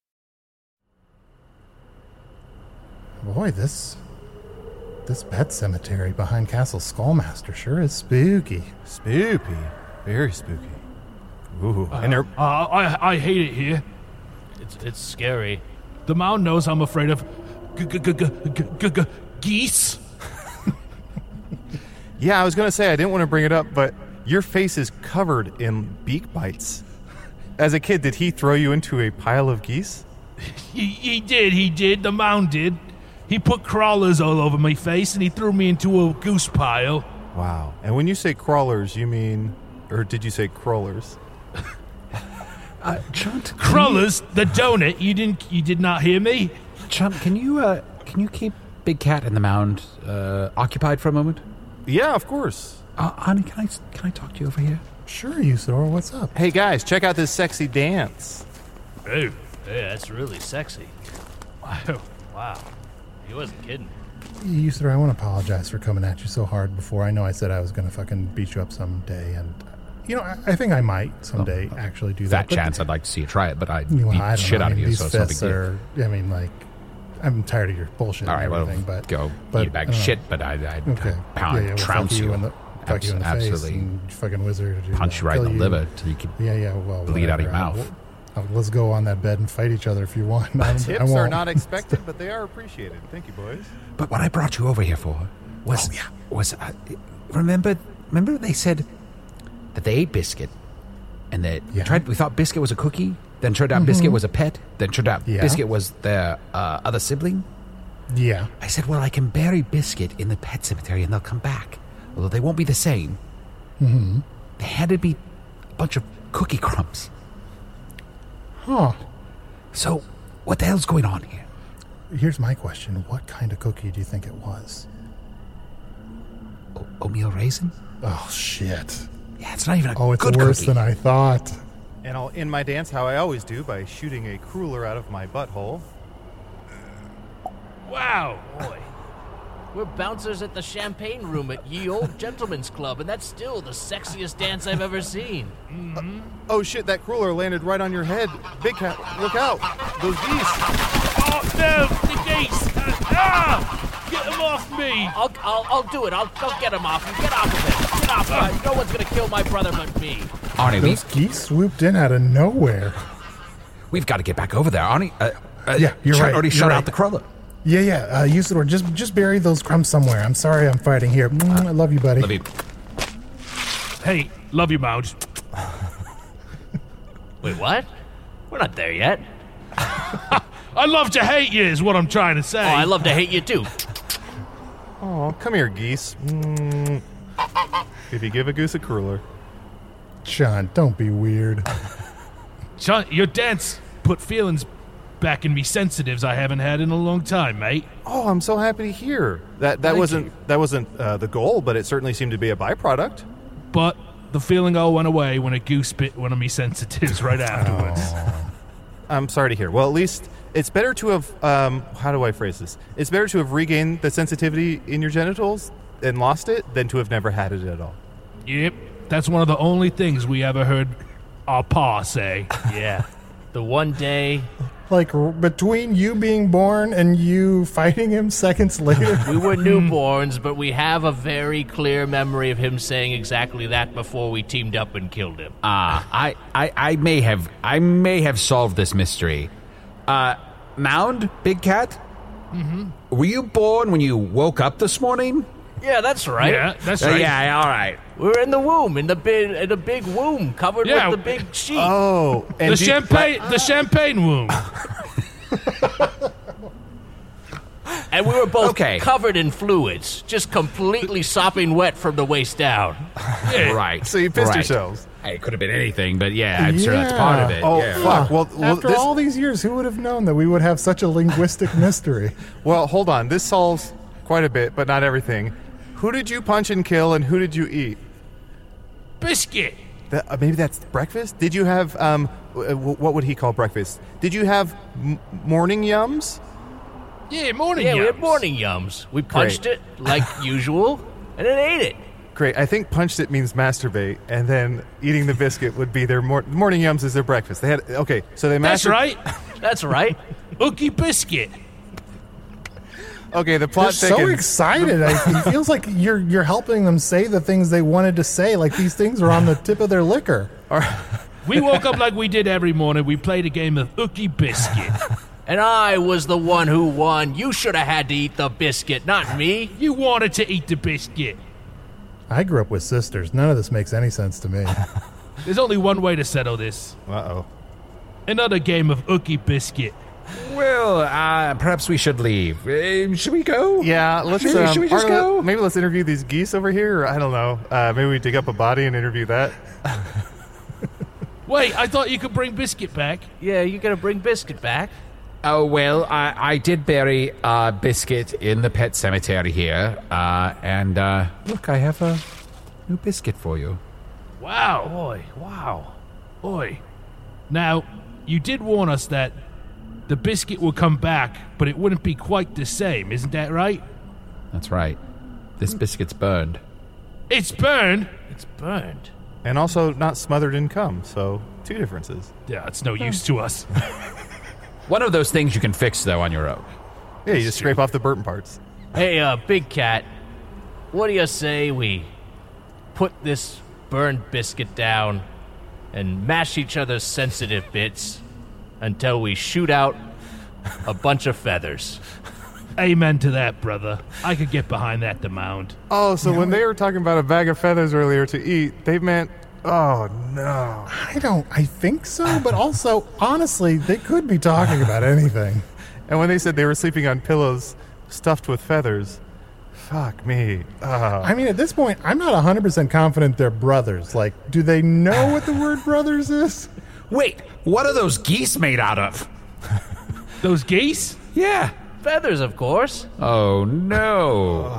B: Boy, this this pet cemetery behind Castle Skullmaster sure is spooky.
C: Spooky, very spooky. Ooh,
E: Uh,
C: and they're
E: uh, I, I hate it here.
F: It's, it's scary.
E: The mound knows I'm afraid of g- g- g- g- g- g- g- geese.
C: yeah. I was gonna say I didn't want to bring it up, but your face is covered in beak bites. As a kid, did he throw you into a pile of geese?
E: He, he did, he did. The mound did. He put crawlers all over my face and he threw me into a goose pile.
C: Wow. And when you say crawlers, you mean, or did you say crawlers?
E: Uh, Chunt, crawlers, the donut. You didn't, you did not hear me.
D: Chump, can you uh, can you keep Big Cat in the mound uh, occupied for a moment?
C: Yeah, of course.
D: Uh, Ani, can I s- can I talk to you over here?
B: Sure, Usador, what's up?
C: Hey guys, check out this sexy dance.
F: Oh, yeah, that's really sexy. Wow. Wow. He wasn't kidding.
B: Usador, I want to apologize for coming at you so hard before. I know I said I was going to fucking beat you up someday, and you know I, I think I might someday actually do
D: Oh, Fat
B: that. but-
D: chance I'd like to see you try it, but I
B: You know,
D: beat
B: I don't
D: shit
B: know. I
D: out of
B: mean,
D: you,
B: these
D: so it's no big
B: fists
D: deal.
B: are. I mean, like, I'm tired of your bullshit.
D: All right,
B: and
D: well,
B: everything, but
D: go
B: but,
D: eat bag
B: uh,
D: of shit, but I, I,
B: okay.
D: I pound,
B: Yeah, yeah, well,
D: trounce
B: fuck
D: you,
B: in the fuck you in the
D: absolutely
B: face, and you fucking wizard, and,
D: punch
B: uh,
D: you right in the
B: kill
D: liver till you can
B: Yeah, yeah. Well,
D: bleed out of your
B: whatever. I-
D: mouth.
B: I'll- let's go on that bed and fight each other if you want. I don't- I
C: Tips are
B: won't.
C: not expected, but they are appreciated. Thank you, boys.
D: But what I brought you over here for was
B: Oh,
D: was uh, remember remember they said that they ate biscuit and that tried we thought biscuit was a cookie, then turned out biscuit
B: Mhm.
D: was a pet, then turned out
B: Yeah.
D: biscuit was their uh, other sibling.
B: Yeah.
D: I said, well, I can bury biscuit in the pet cemetery and they'll come back, although they won't be the same.
B: Mm-hmm.
D: They handed me a bunch of cookie crumbs.
B: Huh.
D: So, what the hell's going on here?
B: Here's my question: What kind of cookie do you think it was?
D: Oatmeal raisin?
B: Oh shit!
D: Yeah, it's not even a
B: Oh, it's
D: good
B: worse
D: cookie.
B: than I thought.
C: And I'll end my dance how I always do by shooting a cruller out of my butthole.
F: Wow, boy. We're bouncers at the champagne room at Ye Old Gentlemen's Club, and that's still the sexiest dance I've ever seen.
C: Oh shit, that cruller landed right on your head. Big cat, look out! Those geese!
E: Oh no, the geese! Ah, get them off me!
F: I'll, I'll, I'll do it. I'll, I'll get him off. Get off of him. Get off of him. No one's gonna kill my brother but me.
D: Arnie,
B: Those
D: we've,
B: geese swooped in out of nowhere.
D: we've got to get back over there. Arnie, uh, uh,
B: Yeah, you're
D: Chad
B: right,
D: already
B: you're
D: shut
B: right.
D: out the crawler.
B: Yeah, yeah, uh, Usador, just just bury those crumbs somewhere. I'm sorry, I'm fighting here. Mm, I love you, buddy.
D: Let me.
E: Hey, love you, mound.
F: Wait, what? We're not there yet.
E: I love to hate you is what I'm trying to say.
F: Oh, I love to hate you too.
C: Oh, come here, geese. Mm. If you give a goose a cruller.
B: Sean, don't be weird.
E: John, your dance put feelings back in me sensitives I haven't had in a long time, mate.
C: Oh, I'm so happy to hear that. That wasn't that wasn't uh, the goal, but it certainly seemed to be a byproduct.
E: But the feeling all went away when a goose bit one of me sensitives
D: Oh.
E: right afterwards.
C: I'm sorry to hear. Well, at least it's better to have. Um, how do I phrase this? It's better to have regained the sensitivity in your genitals and lost it than to have never had it at all.
E: Yep, that's one of the only things we ever heard our pa say.
F: Yeah. The one day
B: Like r- between you being born and you fighting him seconds later.
F: we were newborns, but we have a very clear memory of him saying exactly that before we teamed
D: uh,
F: up and killed him. Uh,
D: Ah, I, I, I may have, I may have solved this mystery. Uh, Mound, Big Cat?
F: Mm-hmm.
D: Were you born when you woke up this morning?
F: Yeah, that's right.
D: Yeah, that's Uh, right. yeah, all right.
F: We're in the womb, in the big, in the big womb, covered with the big sheet.
C: Oh,
E: the champagne, the champagne womb.
F: and we were both
E: Okay.
F: covered in fluids, just completely sopping wet from the waist down.
D: Right.
F: So you pissed
D: right.
F: yourselves.
D: Hey, It could have been anything, but yeah, I'm sure that's part of it.
E: Oh.
C: Oh,
D: yeah.
B: after all these years, who would have known that we would have such a linguistic mystery?
C: Well, hold on. This solves quite a bit, but not everything. Who did you punch and kill, and who did you eat?
E: Biscuit.
C: That, uh, maybe that's breakfast. Did you have um, w- w- what would he call breakfast? Did you have m- morning yums?
E: Yeah, morning
F: Yeah, we had
E: yums.
F: morning yums. We punched
C: Great.
F: it like usual, and then ate it.
C: Great. I think punched it means masturbate, and then eating the biscuit would be their mor- morning yums is their breakfast. They had okay, so they
E: That's
C: mastur-
E: right.
F: That's right.
E: Ookie biscuit.
C: Okay, the
B: They're
C: plot
B: so
C: thickens.
B: excited. I, it feels like you're you're helping them say the things they wanted to say. Like these things are on the tip of their liquor.
E: We woke up like we did every morning. We played a game of Ookie biscuit.
F: And I was the one who won. You should have had to eat the biscuit, not me.
E: You wanted to eat the biscuit.
B: I grew up with sisters. None of this makes any sense to me.
E: There's only one way to settle this.
C: Uh oh.
E: Another game of Ookie biscuit.
D: Well, uh, perhaps we should leave. Uh, should we go?
C: Yeah, let's.
D: Maybe,
C: um,
D: should we just
C: Arnold,
D: go?
C: Maybe let's interview these geese over here. Or I don't know. Uh, maybe we dig up a body and interview that.
E: Wait, I thought you could bring biscuit back.
F: Yeah, you're gonna bring biscuit back.
D: Oh well, I, I did bury uh, Biscuit in the pet cemetery here, uh, and uh, look, I have a new biscuit for you.
E: Wow. Boy, wow. Boy. Now, you did warn us that the biscuit would come back, but it wouldn't be quite the same, isn't that right?
D: That's right. This biscuit's burned.
E: It's burned. It's burned.
C: And also not smothered in cum. So two differences.
E: Yeah, it's no use to us.
D: One of those things you can fix though on your own.
C: Yeah, you just scrape off the burnt parts.
F: Hey, uh, Big Cat, what do you say we put this burned biscuit down and mash each other's sensitive bits until we shoot out a bunch of feathers?
E: Amen to that, brother. I could get behind that, the mound.
C: Oh, so when they were talking about a bag of feathers earlier to eat, they meant. Oh no!
B: I don't. I think so, but also honestly, they could be talking about anything.
C: And when they said they were sleeping on pillows stuffed with feathers, fuck me. Uh,
B: I mean, at this point, I'm not 100% confident they're brothers. Like, do they know what the word brothers is?
D: Wait, what are those geese made out of?
E: Those geese?
D: Yeah.
F: Feathers, of course.
D: Oh no!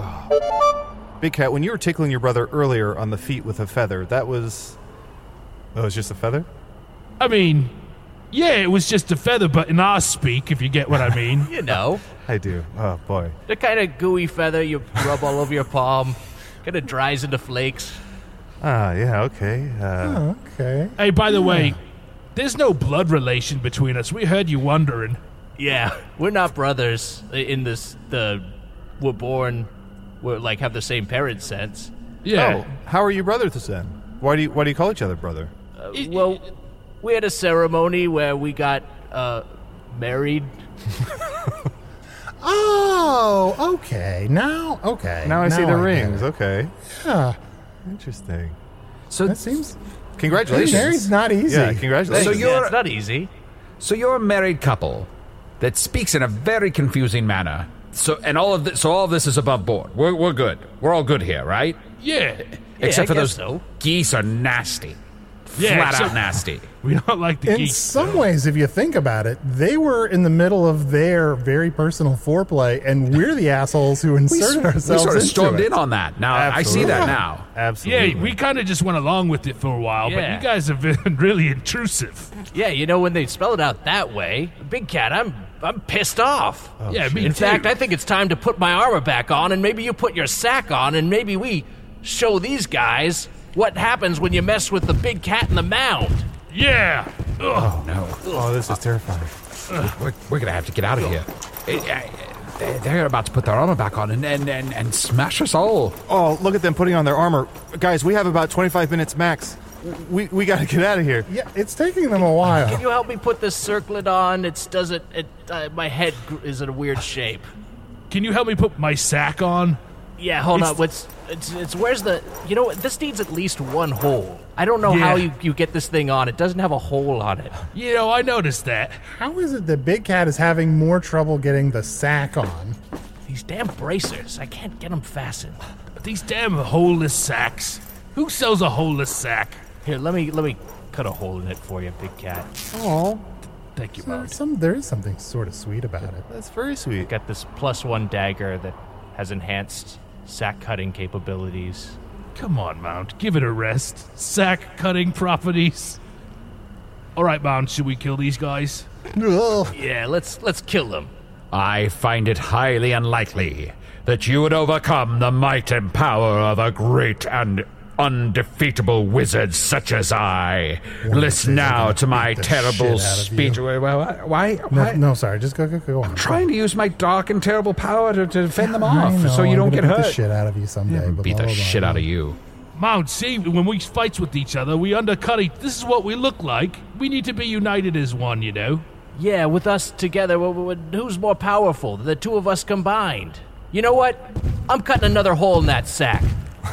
C: Big Cat, when you were tickling your brother earlier on the feet with a feather, that was. That was just a feather?
E: I mean, yeah, it was just a feather, but in our speak, if you get what I mean.
F: you know.
C: I do. Oh, boy.
F: The kind of gooey feather you rub all over your palm, kind of dries into flakes.
C: Ah, yeah, okay. Uh,
B: okay.
E: Hey, by the way, there's no blood relation between us. We heard you wondering.
F: Yeah, we're not brothers in this. The we're born, we're like have the same parent sense.
C: Oh, how are you brothers then? Why do you, why do you call each other brother?
F: Uh, well, we had a ceremony where we got uh, married.
B: Oh, okay. Now, okay.
C: now I see the
B: get
C: rings.
B: it.
C: Okay.
B: Yeah.
C: Interesting.
D: So
B: that seems.
C: Congratulations.
B: Married's not easy.
C: Yeah, congratulations.
D: So you're
F: not easy.
D: So you're a married couple that speaks in a very confusing manner. So and all of this, so all of this is above board. We're we're good. We're all good here, right?
E: Yeah.
D: Except for
E: I
D: those
E: guess so.
D: geese are nasty,
E: Yeah,
D: flat out
E: except-
D: nasty.
E: We don't like the
B: In
E: geese.
B: some ways, if you think about it, they were in the middle of their very personal foreplay, and we're the assholes who
D: We,
B: inserted
D: we
B: ourselves
D: sort of
B: into
D: stormed
B: it.
D: in on that. Now I see that
B: Absolutely.
D: now.
C: Absolutely.
E: Yeah, we kind of just went along with it for a while,
F: Yeah.
E: but you guys have been really intrusive.
F: Yeah, you know when they spell it out that way, Big Cat, I'm I'm pissed off.
D: Oh,
E: Yeah, me
F: in
E: too.
F: fact, I think it's time to put my armor back on, and maybe you put your sack on, and maybe we show these guys what happens when you mess with the big cat in the mound.
E: Yeah.
D: Oh no.
C: Oh, this is terrifying.
D: We're, we're gonna have to get out of here. I- I- they- They're about to put their armor back on and and, and, and smash us all.
C: Oh, look at them putting on their armor. Guys, we have about 25 minutes max. we we got to get out of here.
B: Yeah, it's taking them a while.
F: Can you help me put this circlet on? It's doesn't. It, uh, my head gr- is in a weird shape.
E: Can you help me put my sack on?
F: Yeah, hold
E: It's-
F: on. What's it's, it's where's the? You know what? This needs at least one hole. I don't know
E: Yeah.
F: how you, you get this thing on. It doesn't have a hole on it.
E: You know, I noticed that.
B: How is it that Big Cat is having more trouble getting the sack on?
F: These damn bracers. I can't get them fastened.
E: But these damn holeless sacks. Who sells a holeless sack?
F: Here, let me let me cut a hole in it for you, big cat.
B: Oh,
E: thank you,
B: Bard. Some there is something sort of sweet about it.
C: That's very sweet.
F: Got this plus one dagger that has enhanced sack cutting capabilities.
E: Come on, Mount. Give it a rest. Sack cutting properties. All right, Mount. Should we kill these guys?
F: Yeah, let's let's kill them.
D: I find it highly unlikely that you would overcome the might and power of a great and undefeatable wizard such as I. Listen now to my terrible
B: shit out of
D: speech. Why? why,
B: No, no, sorry. Just go, go, go on.
D: Trying to use my dark and terrible power to, to defend them
B: I
D: off
B: know,
D: so you don't
B: I'm
D: get
B: gonna beat
D: hurt.
B: the shit out of you someday. but
D: beat the
B: hold on.
D: shit out of you.
E: Mount, see, when we fights with each other, we undercut each. This is what we look like. We need to be united as one, you know.
F: Yeah, with us together, wh- wh- wh- who's more powerful? The two of us combined. You know what? I'm cutting another hole in that sack.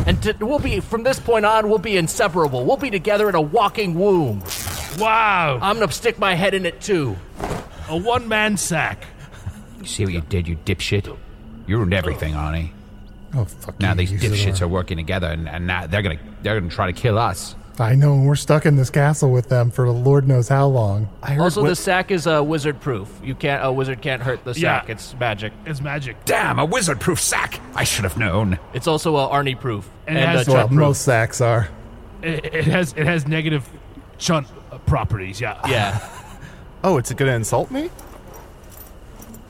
F: And t- we'll be, from this point on, we'll be inseparable. We'll be together in a walking womb.
E: Wow.
F: I'm gonna stick my head in it too.
E: A one-man sack.
D: You see what you did, you dipshit? You ruined everything, Arnie.
B: Oh fuck!
D: Now
B: you,
D: these
B: you should
D: dipshits
B: have-
D: are working together, and, and now they're gonna they're gonna try to kill us.
B: I know we're stuck in this castle with them for the Lord knows how long.
C: I
F: Also, the sack is uh, wizard proof. You can't, a wizard can't hurt the
E: Yeah.
F: sack. It's magic.
E: It's magic.
D: Damn, a wizard-proof sack! I should have known.
F: It's also uh, Arnie proof.
E: And it
F: uh,
E: has-
F: Chuck
B: well,
F: proof.
B: most sacks are.
E: It, it has it has negative chunt uh, properties. Yeah.
F: Yeah.
C: Oh, it's gonna insult me?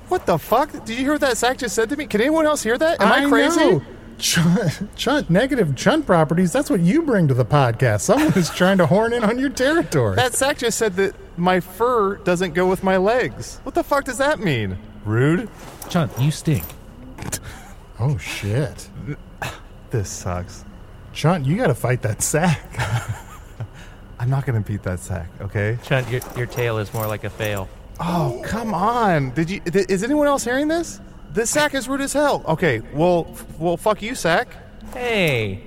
C: What the fuck? Did you hear what that sack just said to me? Can anyone else hear that? Am I, crazy?
B: Know. Chunt, chunt, negative chunt properties. That's what you bring to the podcast. Someone is trying to horn in on your territory.
C: That sack just said that my fur doesn't go with my legs. What the fuck does that mean? Rude.
E: Chunt, you stink.
B: oh shit!
C: This sucks.
B: Chunt, you got to fight that sack.
C: I'm not gonna beat that sack, okay?
F: Chunt, your, your tail is more like a fail.
C: Oh, come on. Did you? Th- is anyone else hearing this? This sack is rude as hell. Okay, well, f- well, fuck you, sack.
F: Hey.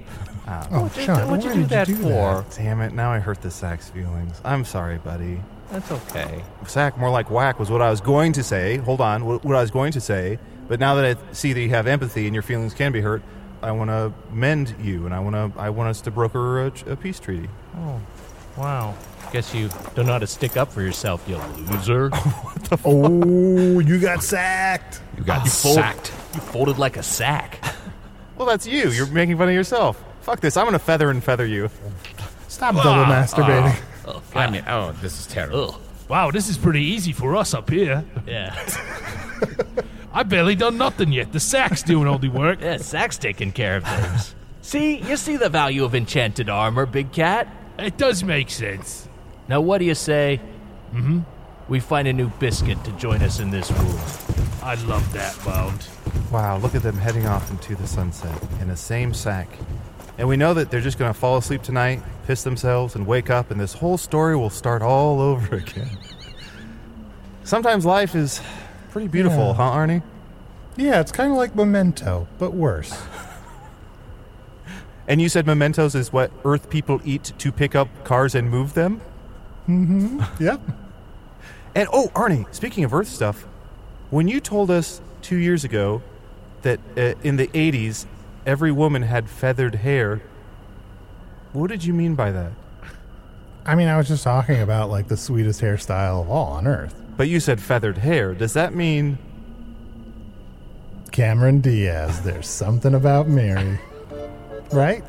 B: Oh, Chunt,
F: what'd you
B: why
F: do
B: did
F: that
B: you do
F: for?
B: that?
C: Damn it! Now I hurt the sack's feelings. I'm sorry, buddy.
F: That's okay.
C: Sack, more like whack, was what I was going to say. Hold on, what, what I was going to say. But now that I see that you have empathy and your feelings can be hurt, I want to mend you, and I want to. I want us to broker a, a peace treaty.
F: Wow. Guess you don't know how to stick up for yourself, you loser.
B: Oh, you got sacked.
D: You got
F: fold-
D: sacked.
F: you folded like a sack.
C: Well, that's you. You're making fun of yourself. Fuck this. I'm gonna feather and feather you.
B: Stop
E: Ah,
B: double masturbating.
D: I mean, oh, this is terrible.
E: Wow, this is pretty easy for us up here.
F: Yeah.
E: I barely done nothing yet. The sack's doing all the work.
F: Yeah, Zach's taking care of things. see, you see the value of enchanted armor, Big Cat.
E: It does make sense.
F: Now, what do you say? Mm-hmm. We find a new biscuit to join us in this room.
E: I love that bound.
C: Wow, look at them heading off into the sunset in the same sack. And we know that they're just going to fall asleep tonight, piss themselves, and wake up, and this whole story will start all over again. Sometimes life is pretty beautiful,
B: Yeah.
C: huh, Arnie?
B: Yeah, it's kind of like Memento, but worse.
C: And you said mementos is what Earth people eat to pick up cars and move them?
B: Yep.
C: And oh, Arnie, speaking of Earth stuff, when you told us two years ago that uh, in the 80s every woman had feathered hair, what did you mean by that?
B: I mean, I was just talking about like the sweetest hairstyle of all on earth,
C: But you said feathered hair. Does that mean
B: Cameron Diaz. There's something about Mary, right?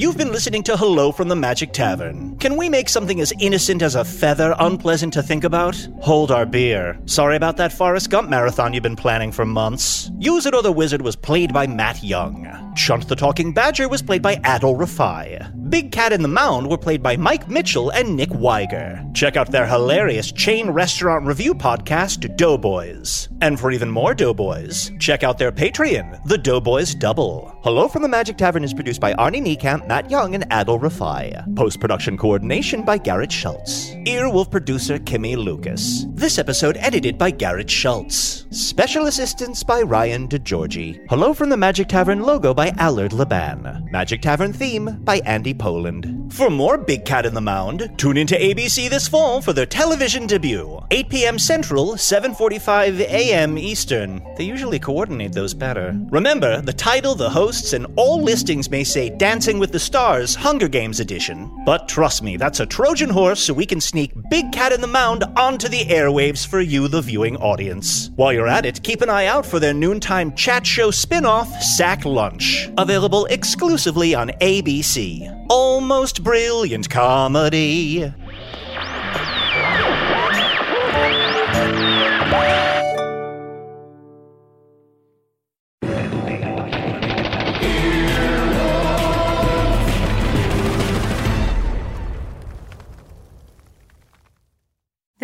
A: You've been listening to Hello from the Magic Tavern. Can we make something as innocent as a feather unpleasant to think about? Hold our beer. Sorry about that Forrest Gump marathon you've been planning for months. Use It or the Wizard was played by Matt Young. Chunt the Talking Badger was played by Adol Rafai. Big Cat in the Mound were played by Mike Mitchell and Nick Weiger. Check out their hilarious chain restaurant review podcast, Doughboys. And for even more Doughboys, check out their Patreon, The Doughboys Double. Hello from the Magic Tavern is produced by Arnie Niekamp, Matt Young, and Adol Rafai. Post production coordination by Garrett Schultz. Earwolf producer Kimmy Lucas. This episode edited by Garrett Schultz. Special assistance by Ryan DeGiorgi. Hello from the Magic Tavern logo by Allard Laban. Magic Tavern theme by Andy Poland. For more Big Cat in the Mound, tune into ABC this fall for their television debut. 8 p.m. Central, 7:45 a.m. Eastern. They usually coordinate those better. Remember, the title, the hosts, and all listings may say Dancing with the Stars Hunger Games edition, but trust me, that's a Trojan horse so we can sneak Big Cat in the Mound onto the airwaves for you, the viewing audience. While you're at it, keep an eye out for their noontime chat show spin off, Sack Lunch, available exclusively on ABC. Almost brilliant comedy.